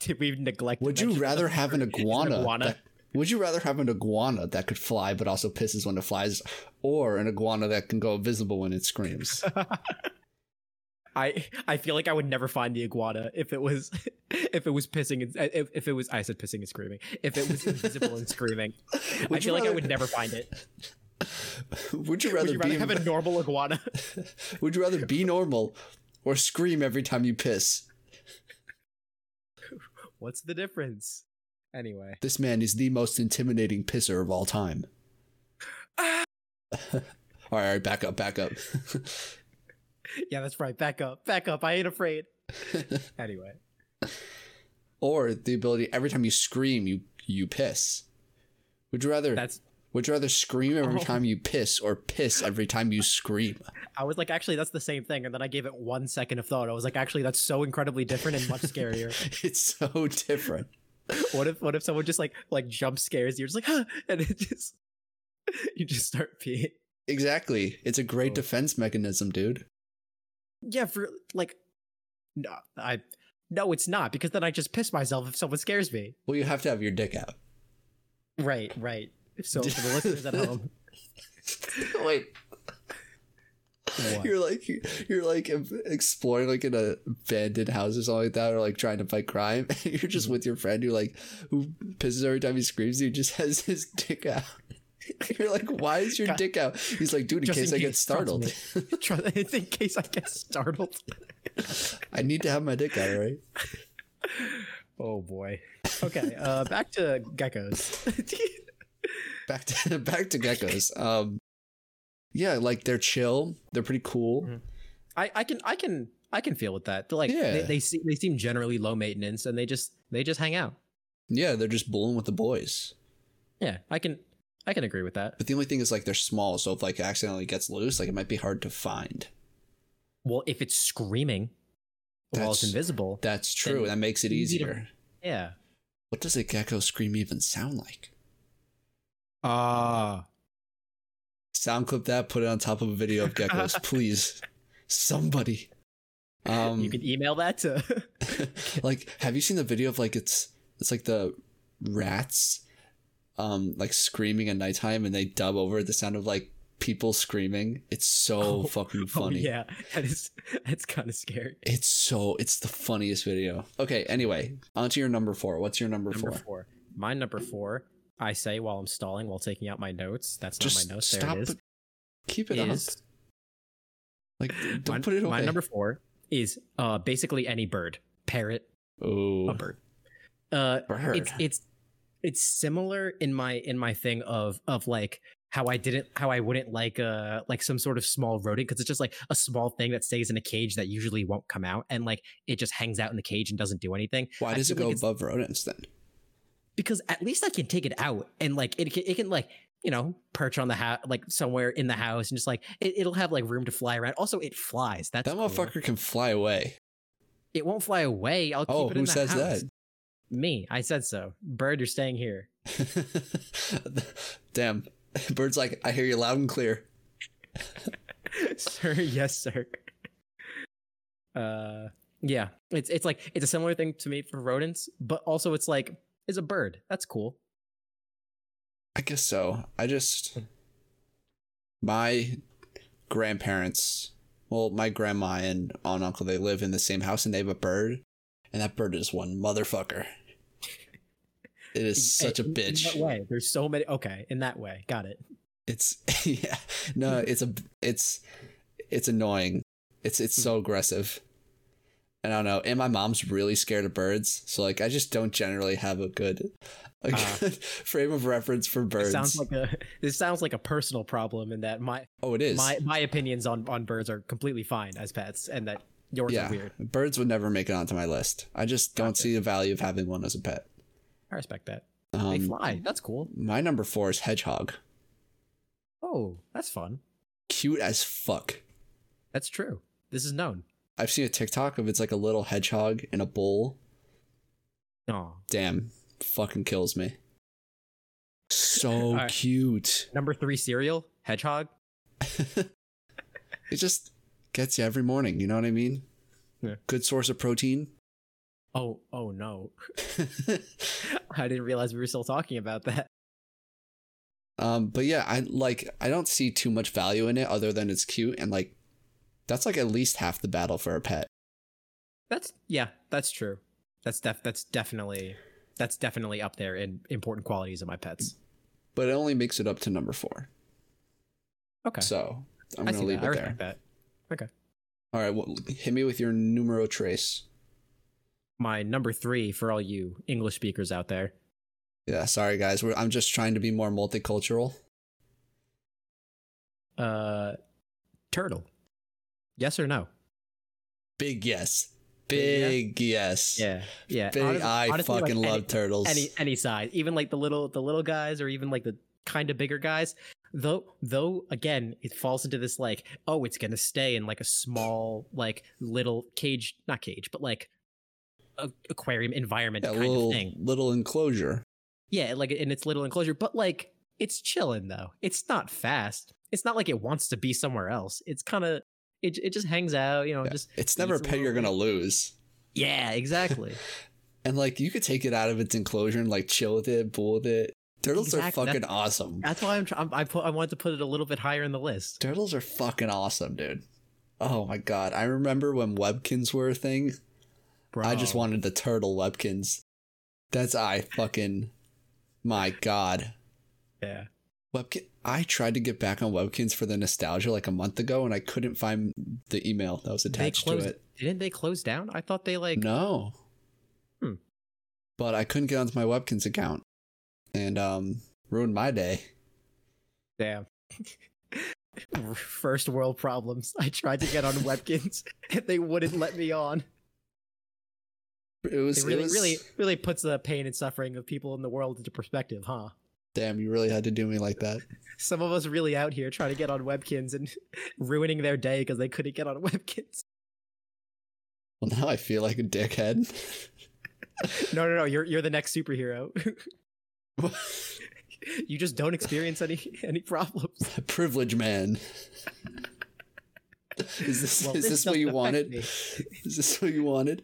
B: Did we neglect? to
A: Would you
B: mention that
A: rather
B: the
A: have an
B: bird is
A: iguana? that- would you rather have an iguana that could fly but also pisses when it flies, or an iguana that can go invisible when it screams?
B: I I feel like I would never find the iguana if it was if it was pissing and if, if it was I said pissing and screaming if it was invisible and screaming I
A: Would you
B: feel like I
A: rather-
B: would never find it.
A: Would you rather
B: Would you rather
A: be
B: have a normal iguana?
A: Would you rather be normal or scream every time you piss?
B: What's the difference? Anyway,
A: This man is the most intimidating pisser of all time. all right, all right, back up, back up.
B: yeah, that's right. Back up, back up. I ain't afraid. Anyway,
A: or the ability every time you scream, you you piss. Would you rather?
B: that's
A: would you rather scream every
B: Oh.
A: time you piss or piss every time you scream?
B: I was like, actually, that's the same thing. And then I gave it one second of thought. I was like, actually, that's so incredibly different and much scarier.
A: It's so different.
B: what if what if someone just like like jump scares you? You're just like, huh, and it just you just start peeing.
A: Exactly. It's a great
B: Oh.
A: defense mechanism, dude.
B: Yeah, for like, no, I no, it's not because then I just piss myself if someone scares me.
A: Well, you have to have your dick out.
B: Right, right. So for the listeners at home,
A: Wait,
B: what?
A: you're like you're like exploring like in a abandoned house or something like that, or like trying to fight crime. you're
B: Mm-hmm.
A: just with your friend who like who pisses every time he screams. He just has his dick out. You're like, why is your
B: God.
A: dick out? He's like, dude, in
B: Just
A: case I get
B: trust
A: startled,
B: me. Trust- it's in case I get startled.
A: I need to have my dick out, right?
B: Oh boy. Okay, uh, back to geckos.
A: back to back to geckos. Um, yeah, like they're chill. They're pretty cool.
B: Mhm. I, I can I can I can feel with that. They're like
A: Yeah.
B: they, they seem they seem generally low maintenance and they just they just hang out.
A: Yeah, they're just bullying with the boys.
B: Yeah, I can I can agree with that.
A: But the only thing is like they're small, so if like it accidentally gets loose, like it might be hard to find.
B: Well, if it's screaming while it's
A: That's-
B: invisible,
A: That's true.
B: Then
A: that makes it
B: easy to-
A: easier.
B: yeah.
A: What does a gecko scream even sound like?
B: Ah.
A: Sound clip that, put it on top of a video of geckos, please. Somebody. Um
B: you can email that to oh,
A: like have you seen the video of like it's it's like the rats um like screaming at nighttime and they dub over the sound of like people screaming. It's so fucking
B: Oh,
A: funny.
B: yeah, that is that's kind of scary.
A: It's so it's the funniest video. Okay, anyway, on to your number four. What's your number,
B: Number
A: four?
B: four. My number four. I say while I'm stalling, while taking out my notes. That's
A: Just
B: not my notes. There
A: stop.
B: it is.
A: it- Keep it
B: Is-
A: up. Like don't
B: my,
A: put it away.
B: my number four is uh, basically any bird, parrot,
A: Oh,
B: a bird. Uh,
A: bird.
B: it's it's it's similar in my in my thing of of like how I didn't how I wouldn't like uh like some sort of small rodent because it's just like a small thing that stays in a cage that usually won't come out and like it just hangs out in the cage and doesn't do anything
A: Why
B: I
A: does it
B: feel
A: go
B: like it's-
A: above rodents then?
B: because at least I can take it out and like it can, it can like you know perch on the house like somewhere in the house and just like it, it'll have like room to fly around also it flies that's
A: that
B: cool.
A: motherfucker can fly away.
B: it won't fly away I'll
A: Oh,
B: keep it in
A: who
B: the
A: says
B: house. me I said so bird you're staying here
A: that? Damn. Bird's like, I hear you loud and clear.
B: sir yes sir uh yeah it's it's like it's a similar thing to me for rodents but also it's like is a bird that's cool
A: I guess so. I
B: Hmm.
A: just my grandparents, well, my grandma and aunt and uncle, they live in the same house and they have a bird, and that bird is one motherfucker. It is such a
B: In- in that
A: bitch.
B: way there's so many okay in that way got it
A: It's yeah, no, it's a it's it's annoying. It's
B: Hmm.
A: it's so aggressive. I don't know. And my mom's really scared of birds, so like I just don't generally have a good, a
B: Ah.
A: good frame of reference for birds.
B: It sounds like a this sounds like a personal problem in that my
A: oh, it is.
B: my my opinions on on birds are completely fine as pets and that yours
A: Yeah.
B: are weird.
A: Birds would never make it onto my list. I just don't
B: Gotcha.
A: see the value of having one as a pet.
B: I respect that.
A: Um,
B: they fly. That's cool.
A: My number four is hedgehog.
B: Oh, that's fun.
A: Cute as fuck.
B: That's true. This is known.
A: I've seen a TikTok of it's like a little hedgehog in a bowl.
B: Oh.
A: Damn, fucking kills me. So
B: Alright.
A: cute.
B: Number 3 cereal, hedgehog.
A: It just gets you every morning. You know what I mean?
B: Yeah.
A: Good source of protein.
B: Oh, oh no. I didn't realize we were still talking about that.
A: Um, but yeah, I like I don't see too much value in it other than it's cute and like that's like at least half the battle for a pet.
B: That's yeah, that's true. That's def that's definitely that's definitely up there in important qualities of my pets.
A: But it only makes it up to number four.
B: Okay.
A: So I'm
B: I
A: gonna
B: see
A: leave
B: that. I
A: it
B: respect
A: there.
B: that.
A: All right, well, hit me with your numero trace.
B: My number 3 for all you English speakers out there.
A: Yeah, sorry guys, We're, I'm just trying to be more multicultural.
B: Uh, turtle. Yes or no?
A: Big yes,
B: Big
A: big yes,
B: Yeah, yeah.
A: big.
B: Honest-
A: I
B: honestly, like,
A: fucking
B: any-
A: love turtles.
B: any any size, even like the little the little guys, or even like the kind of bigger guys. Though though again, it falls into this like oh, it's gonna stay in like a small like little cage, not cage, but like a, aquarium environment
A: Yeah,
B: kind
A: little
B: of thing.
A: little enclosure.
B: Yeah, like in its little enclosure, but like it's chilling though. It's not fast. It's not like it wants to be somewhere else. It's kind of it, it just hangs out, you know,
A: Yeah.
B: just
A: It's never a
B: it's a
A: pet you're
B: little-
A: gonna lose.
B: yeah, exactly.
A: And like you could take it out of its enclosure and like chill with it, bull with it. Turtles
B: Exactly,
A: are
B: that's-
A: fucking awesome.
B: That's why I'm. Tr- I'm I put. I wanted to put it a little bit higher in the list.
A: Turtles are fucking awesome, dude. Oh my god. I remember when webkins were a thing.
B: Bro.
A: I just wanted the turtle webkins. That's I fucking my god.
B: Yeah.
A: Webkin I tried to get back on webkins for the nostalgia like a month ago and I couldn't find the email that was
B: They
A: attached to
B: closed.
A: it.
B: Didn't they close down? I thought they like.
A: No.
B: Hmm.
A: But I couldn't get onto my webkins account. And um ruined my day.
B: Damn. First world problems. I tried to get on Webkins, and they wouldn't let me on.
A: It was
B: It really,
A: it was,
B: really, really puts the pain and suffering of people in the world into perspective, huh?
A: Damn, you really had to do me like that.
B: Some of us really out here trying to get on Webkins and ruining their day because they couldn't get on Webkins.
A: Well, now I feel like a dickhead.
B: No, no, no. You're you're the next superhero. you just don't experience any any problems.
A: a privilege man. Is this
B: Well,
A: is this, what
B: doesn't
A: you
B: affect
A: wanted?
B: me.
A: Is this what you wanted?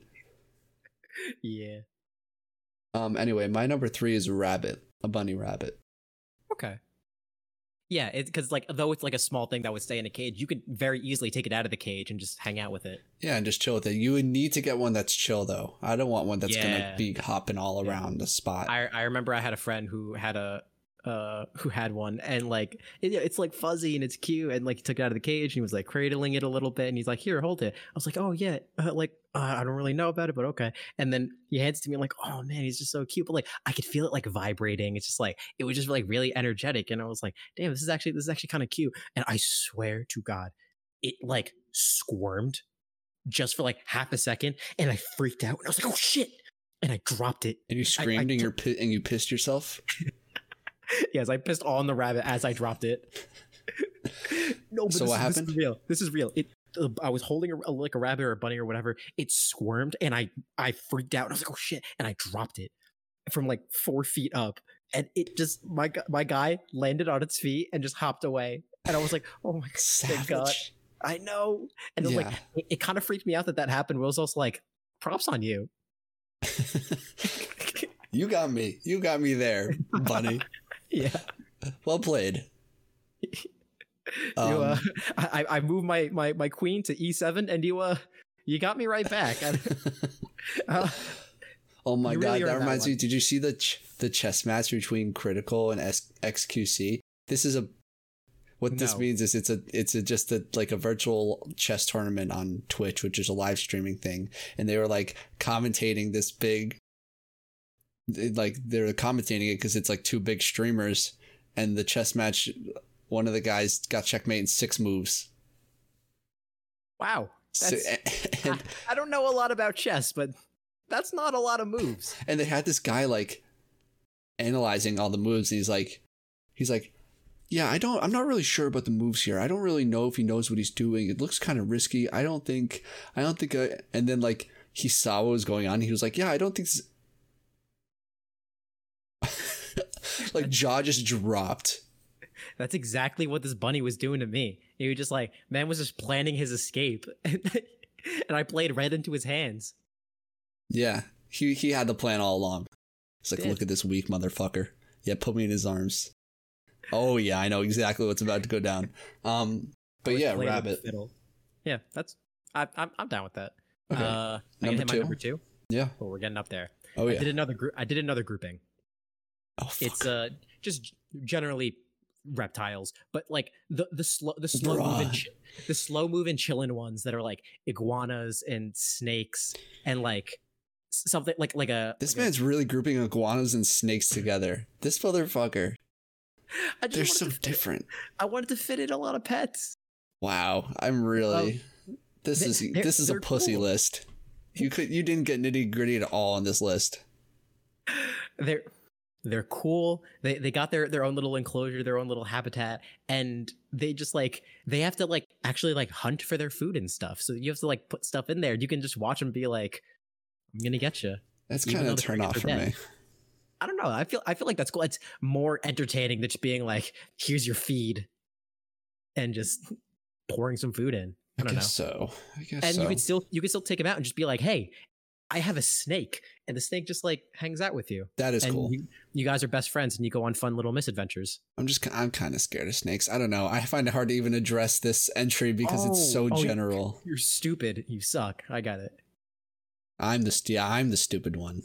B: Yeah.
A: Um. Anyway, my number three is rabbit, a bunny rabbit.
B: Okay. Yeah, because like though it's like a small thing that would stay in a cage, you could very easily take it out of the cage and just hang out with it.
A: Yeah, and just chill with it. You would need to get one that's chill though. I don't want one that's gonna
B: Yeah.
A: be hopping all
B: Yeah.
A: around the spot.
B: I I remember I had a friend who had a uh who had one and like it, it's like fuzzy and it's cute and like he took it out of the cage and he was like cradling it a little bit and he's like here hold it i was like oh yeah uh, like uh, i don't really know about it but okay and then he hands it to me I'm like oh man he's just so cute but like i could feel it like vibrating it's just like it was just like really energetic and i was like damn this is actually this is actually kind of cute and i swear to god it like squirmed just for like half a second and i freaked out and i was like oh shit and i dropped it
A: and you screamed and
B: took-
A: you're pi- and you pissed yourself.
B: yes, I pissed on the rabbit as I dropped it. no, but
A: So what
B: this, is- this
A: happened?
B: is real. This is real. It. Uh, I was holding a, a- like a rabbit or a bunny or whatever. It squirmed and I I freaked out. I was like, oh shit! And I dropped it from like four feet up, and it just my gu- my guy landed on its feet and just hopped away. And I was like, oh my,
A: Savage.
B: God. I know. And it was like
A: Yeah.
B: it, it kind of freaked me out that that happened. But it was also like, props on you.
A: you got me. You got me there, bunny.
B: yeah.
A: well played. Um,
B: you, uh, I, I I moved my, my, my queen to e7, and you uh, you got me right back. I, uh,
A: oh my
B: you
A: god,
B: really
A: that
B: earned that
A: reminds me.
B: one.
A: Did you see the ch- the chess match between Critical and S- XQC? This is a what this
B: No.
A: means is it's a it's a just a like a virtual chess tournament on Twitch, which is a live streaming thing, and they were like commentating this big. it- Like they're commentating it because it's like two big streamers, and the chess match. One of the guys got checkmate in six moves.
B: wow,
A: So, and,
B: I don't know a lot about chess, but that's not a lot of moves.
A: and they had this guy like analyzing all the moves and he's like he's like yeah i don't i'm not really sure about the moves here i don't really know if he knows what he's doing it looks kind of risky i don't think i don't think I, and then like he saw what was going on he was like yeah i don't think this like jaw just dropped
B: That's exactly what this bunny was doing to me. He was just like, man was just planning his escape, and I played right into his hands.
A: yeah he he had the plan all along it's like
B: Did.
A: look at this weak motherfucker yeah put me in his arms oh yeah i know exactly what's about to go down um
B: I
A: but
B: was
A: yeah
B: playing with the
A: rabbit
B: fiddle. Yeah, that's I, I'm I'm down with that.
A: Okay.
B: Uh, I
A: Number
B: can hit my
A: two?
B: number two.
A: Yeah.
B: Oh, we're getting up there.
A: Oh
B: I
A: yeah.
B: did another group. I did another grouping.
A: oh fuck.
B: it's uh just g- generally reptiles but like the the slow the slow moving
A: Bruh.
B: chi- the slow moving chillin ones that are like iguanas and snakes and like s- something like like a
A: this
B: like
A: man's really grouping iguanas and snakes together. This motherfucker.
B: a- I just
A: They're
B: wanted
A: so
B: to fit-
A: different.
B: i wanted to fit in a lot of pets
A: Wow. I'm really. This
B: they-
A: is
B: they're-
A: this is a
B: they're
A: pussy
B: cool.
A: list. You could you didn't get nitty gritty at all on this list.
B: they're they're cool they they got their their own little enclosure their own little habitat and they just like they have to like actually like hunt for their food and stuff so you have to like put stuff in there you can just watch them be like i'm gonna get you
A: That's
B: Even
A: kind
B: though
A: of a
B: the
A: turn
B: crickets
A: off
B: are
A: for
B: dead.
A: me.
B: I don't know. I feel I feel like that's cool. It's more entertaining than just being like, here's your feed and just pouring some food in.
A: I,
B: I don't know.
A: guess so. I guess
B: And
A: so.
B: you could still you could still take him out and just be like, hey, I have a snake. And the snake just like hangs out with you.
A: that is
B: and
A: cool.
B: you, you guys are best friends and you go on fun little misadventures.
A: I'm just ki- I'm kind of scared of snakes. I don't know. I find it hard to even address this entry because it's
B: Oh,
A: so
B: oh, you-
A: general.
B: You're stupid. You suck. I got it.
A: I'm the st- yeah, I'm the stupid one.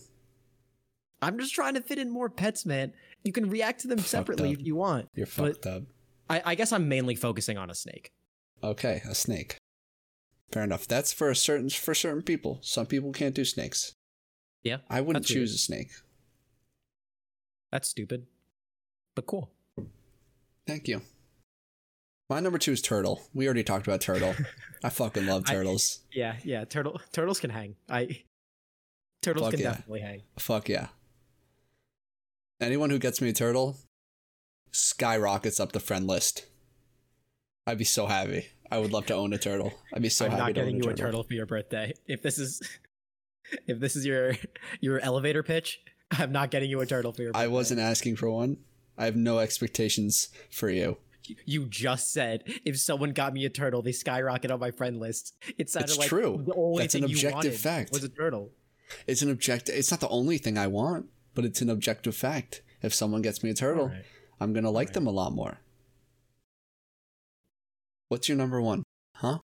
B: I'm just trying to fit in more pets, man. You can react to them
A: Fucked
B: separately
A: up.
B: if you want.
A: You're
B: But-
A: fucked up.
B: I, I guess I'm mainly focusing on a snake.
A: Okay, a snake. Fair enough. That's for a certain for certain people. Some people can't do snakes.
B: Yeah.
A: I wouldn't
B: That's weird.
A: choose a snake.
B: That's stupid. But cool.
A: Thank you. My number two is turtle. We already talked about turtle. I fucking love
B: I-
A: turtles.
B: Yeah, yeah. Turtle turtles can hang. I turtles
A: Fuck
B: can
A: yeah.
B: definitely hang.
A: Fuck yeah. Anyone who gets me a turtle skyrockets up the friend list. I'd be so happy. I would love to own a turtle. I'd be so
B: I'm
A: happy
B: not
A: to own
B: getting you
A: a
B: a turtle for your birthday. If this is if this is your your elevator pitch, I'm not getting you a turtle for your birthday.
A: I wasn't asking for one. I have no expectations for you.
B: You just said if someone got me a turtle, they skyrocket on my friend list. It sounded
A: It's
B: like
A: true.
B: the only
A: That's an
B: thing you
A: objective
B: wanted
A: fact.
B: was a turtle.
A: it's an objective it's not the only thing i want but it's an objective fact if someone gets me a turtle
B: Alright.
A: i'm gonna like
B: Alright.
A: them a lot more What's your number one? Huh?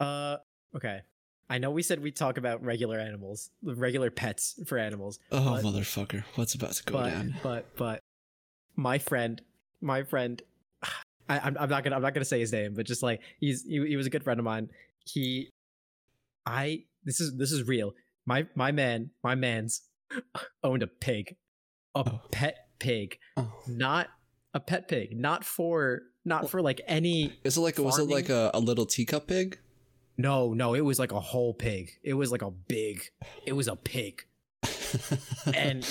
B: Uh, okay. I know we said we talk about regular animals, regular pets for animals,
A: Oh,
B: But-
A: motherfucker. What's about to go
B: but
A: down?
B: but but my friend, my friend, I, I'm I'm not gonna I'm not gonna say his name, but just like he's he, he was a good friend of mine. He, I this is this is real. My my man my man's owned a pig, a
A: Oh.
B: pet pig,
A: Oh.
B: not a pet pig, not for not for like any.
A: Is it like was it
B: farming-
A: like a, a little teacup pig?
B: No, no, it was like a whole pig. It was like a big. It was a pig, and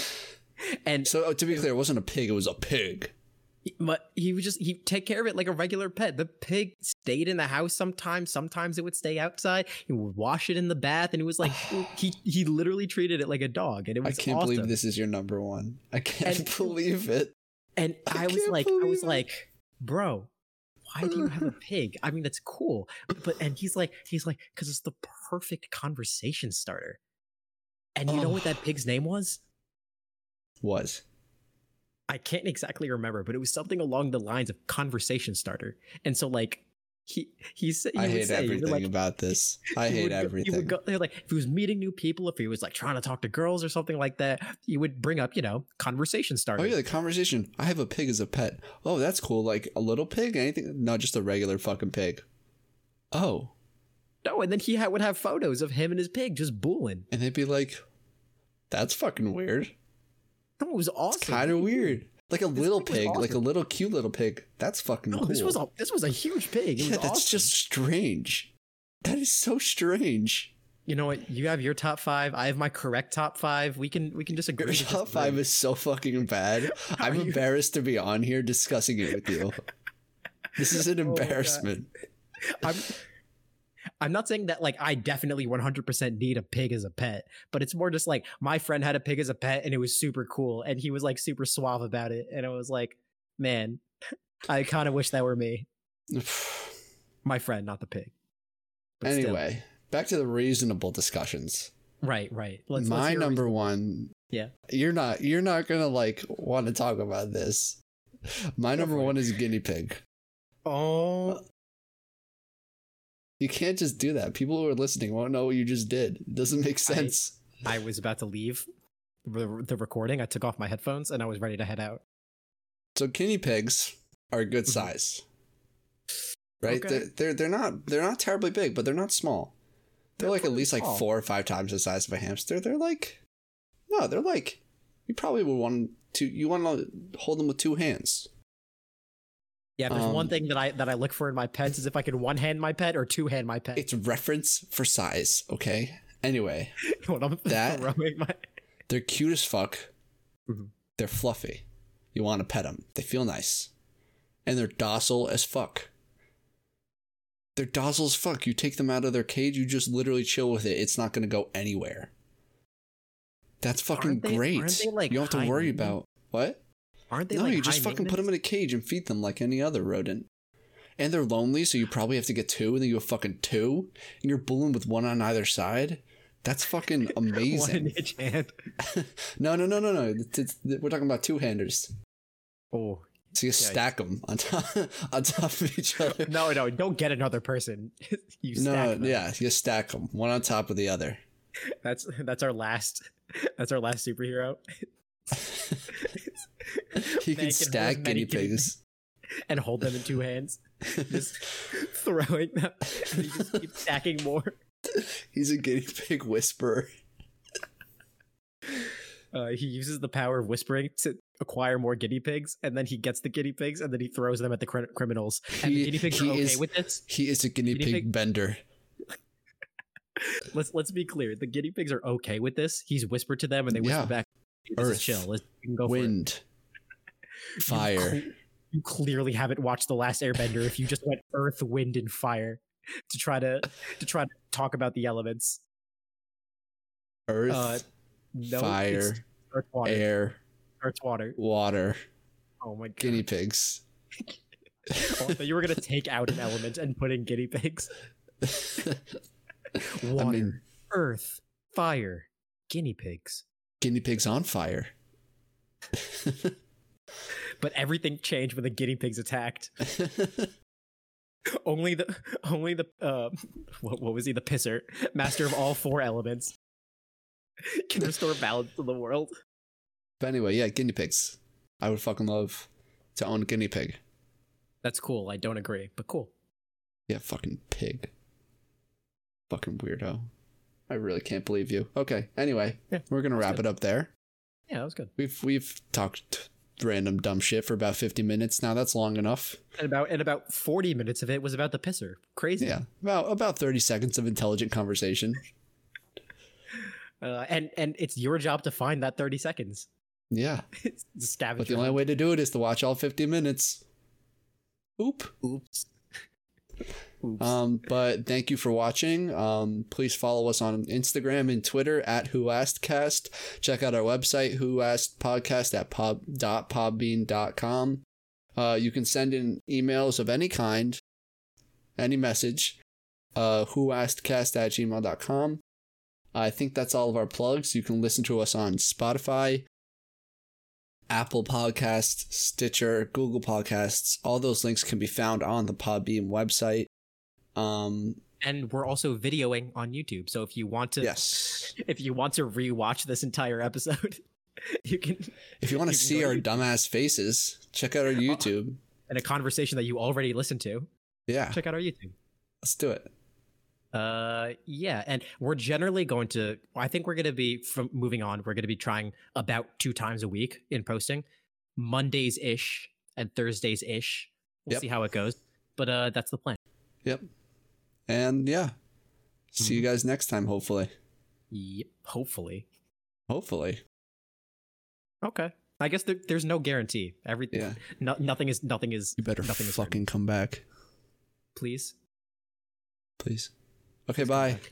B: and
A: so oh, to be clear, it wasn't a pig. It was a pig.
B: But he would just he take care of it like a regular pet. The pig stayed in the house sometimes. Sometimes it would stay outside. He would wash it in the bath, and it was like he he literally treated it like a dog, and it
A: I
B: was
A: can't
B: awesome.
A: believe this is your number one. I can't
B: And-
A: believe it.
B: And
A: I
B: I, was
A: can't
B: like, I was
A: believe it.
B: like, bro, why do you have a pig? I mean, that's cool, but and he's like, he's like, because it's the perfect conversation starter. And you know what
A: Oh.
B: that pig's name was?
A: Was
B: I can't exactly remember, but it was something along the lines of conversation starter. And so like he he said he
A: I
B: would
A: hate
B: say, he would,
A: everything
B: like,
A: about this. I
B: he
A: hate
B: would go- He
A: everything.
B: would go, they're like if he was meeting new people, if he was like trying to talk to girls or something like that, he would bring up you know conversation
A: Oh
B: starter.
A: yeah, the conversation. I have a pig as a pet. Oh, that's cool. Like a little pig? Anything? No, just a regular fucking pig. Oh,
B: No, and then he ha- would have photos of him and his pig just booling.
A: and they'd be like, "That's fucking weird.
B: No, it was awesome.
A: Kind of weird. Like a little
B: pig was
A: pig, like a
B: awesome.
A: little cute little pig. That's fucking
B: No,
A: cool.
B: this was a this was a huge pig. It
A: yeah,
B: was
A: that's
B: awesome.
A: just strange. That is so strange.
B: you know what you have your top five. I have my correct top five. We can we can just agree.
A: Your
B: to
A: top
B: disagree.
A: five is so fucking bad.
B: How
A: I'm
B: you-
A: embarrassed to be on here discussing it with you. This is an
B: Oh my God.
A: embarrassment.
B: I'm I'm not saying that like I definitely 100% need a pig as a pet, but it's more just like my friend had a pig as a pet and it was super cool and he was like super suave about it and I was like, man, I kind of wish that were me, my friend, not the pig. But still.
A: anyway, back to the reasonable discussions.
B: right, right. Let's, let's
A: My
B: hear a
A: number
B: reason-
A: one.
B: Yeah.
A: You're not you're not gonna like want to talk about this. My
B: Go
A: number
B: for it.
A: one is guinea pig.
B: Oh,
A: You can't just do that. People who are listening won't know what you just did. It doesn't make
B: I-
A: sense.
B: I was about to leave the, the recording. I took off my headphones and I was ready to head out.
A: So guinea pigs are a good
B: Mhm.
A: size, right?
B: Okay.
A: They're, they're they're not they're not terribly big, but they're not small. They're,
B: They're
A: like at
B: pretty
A: least
B: small.
A: like four or five times the size of a hamster. They're like no, they're like you probably would want to you want to hold them with two hands.
B: Yeah, if there's one
A: Um,
B: thing that I that I look for in my pets is if I can one hand my pet or two hand my pet.
A: It's reference for size, okay? Anyway,
B: when I'm
A: that-
B: throwing my
A: they're cute as fuck.
B: Mhm.
A: They're fluffy. You want to pet them. They feel nice, and they're docile as fuck. They're docile as fuck. You take them out of their cage, you just literally chill with it. It's not gonna go anywhere. That's fucking
B: Aren't they-
A: great.
B: aren't they, like,
A: you don't have
B: high
A: to worry
B: maintenance?
A: about what.
B: aren't they
A: no,
B: like
A: you just
B: high
A: fucking put
B: maintenance?
A: them in a cage and feed them like any other rodent. And they're lonely, so you probably have to get two, and then you have fucking two, and you're bulling with one on either side. That's fucking
B: One
A: amazing.
B: in each hand.
A: no, no, no, no, no. It's- it's- we're talking about two handers.
B: Oh
A: So you
B: Yeah.
A: stack them on top, on top of each other.
B: no, no! Don't get another person. you stack
A: no,
B: them.
A: yeah, you stack them one on top of the other.
B: That's that's our last. That's our last superhero.
A: You
B: Man can
A: can
B: hold
A: stack guinea
B: many guinea
A: pigs.
B: and hold them in two hands, just throwing them. And you just keep stacking more.
A: He's a guinea pig whisperer.
B: Uh, he uses the power of whispering to acquire more guinea pigs, and then he gets the guinea pigs, and then he throws them at the cri- criminals. And
A: He-
B: the guinea pigs
A: he
B: are okay
A: is-
B: with this.
A: He is a guinea,
B: Guinea
A: pig,
B: pig-
A: bender.
B: Let's let's be clear. The guinea pigs are okay with this. He's whispered to them, and they whisper
A: Yeah.
B: back. This
A: Earth.
B: is chill. Let's, we can go for it."
A: Wind, fire.
B: cle- you clearly haven't watched The Last Airbender if you just went earth, wind, and fire to try to to try to talk about the elements.
A: Earth,
B: Uh, No,
A: fire,
B: it's earth, water,
A: air,
B: earth, water.
A: water,
B: Oh my god!
A: guinea pigs.
B: Oh, I thought you were gonna take out an element and put in guinea pigs. Water,
A: I mean,
B: earth, fire, guinea pigs.
A: guinea pigs on fire.
B: But everything changed when the guinea pigs attacked. only the only the uh, what what was he the pisser master of all four elements can restore balance to the world.
A: But anyway, yeah, guinea pigs. I would fucking love to own a guinea pig.
B: That's cool. I don't agree, but cool.
A: Yeah, fucking pig. Fucking weirdo. I really can't believe you. Okay. Anyway,
B: Yeah,
A: we're gonna wrap
B: good.
A: it up there.
B: Yeah, that was good.
A: We've we've talked random dumb shit for about fifty minutes now. That's long enough.
B: And about and about forty minutes of it was about the pisser. Crazy.
A: Yeah, about about thirty seconds of intelligent conversation.
B: Uh, and and it's your job to find that thirty seconds.
A: Yeah,
B: It's the
A: but
B: scavenge.
A: the only way to do it is to watch all fifty minutes. Oop.
B: Oops. Oops.
A: Um, but thank you for watching. Um, please follow us on Instagram and Twitter at Who Asked Cast. Check out our website, Who Asked Podcast at pub, dot, podbean dot com. Uh, you can send in emails of any kind, any message, uh, Who Asked Cast at gmail.com. I think that's all of our plugs. You can listen to us on Spotify, Apple Podcasts, Stitcher, Google Podcasts. All those links can be found on the Podbean website. Um.
B: and we're also videoing on YouTube. So if you want to
A: Yes.
B: if you want to rewatch this entire episode, you can
A: If you want
B: You
A: to
B: can
A: see
B: go
A: our
B: to YouTube.
A: dumbass faces, check out our YouTube.
B: in a conversation that you already listened to,
A: Yeah,
B: check out our YouTube.
A: let's do it.
B: Uh yeah, and we're generally going to I think we're going to be from moving on, we're going to be trying about two times a week in posting, Mondays ish and Thursdays ish. We'll
A: Yep.
B: see how it goes. But uh that's the plan.
A: And yeah, see you
B: Mm-hmm.
A: guys next time. Hopefully.
B: Yep, hopefully.
A: Hopefully.
B: Okay. I guess there, there's no guarantee. Everything
A: Yeah.
B: no, nothing is nothing is
A: You better
B: Nothing is certain.
A: fucking come back,
B: please.
A: please. Okay. Bye.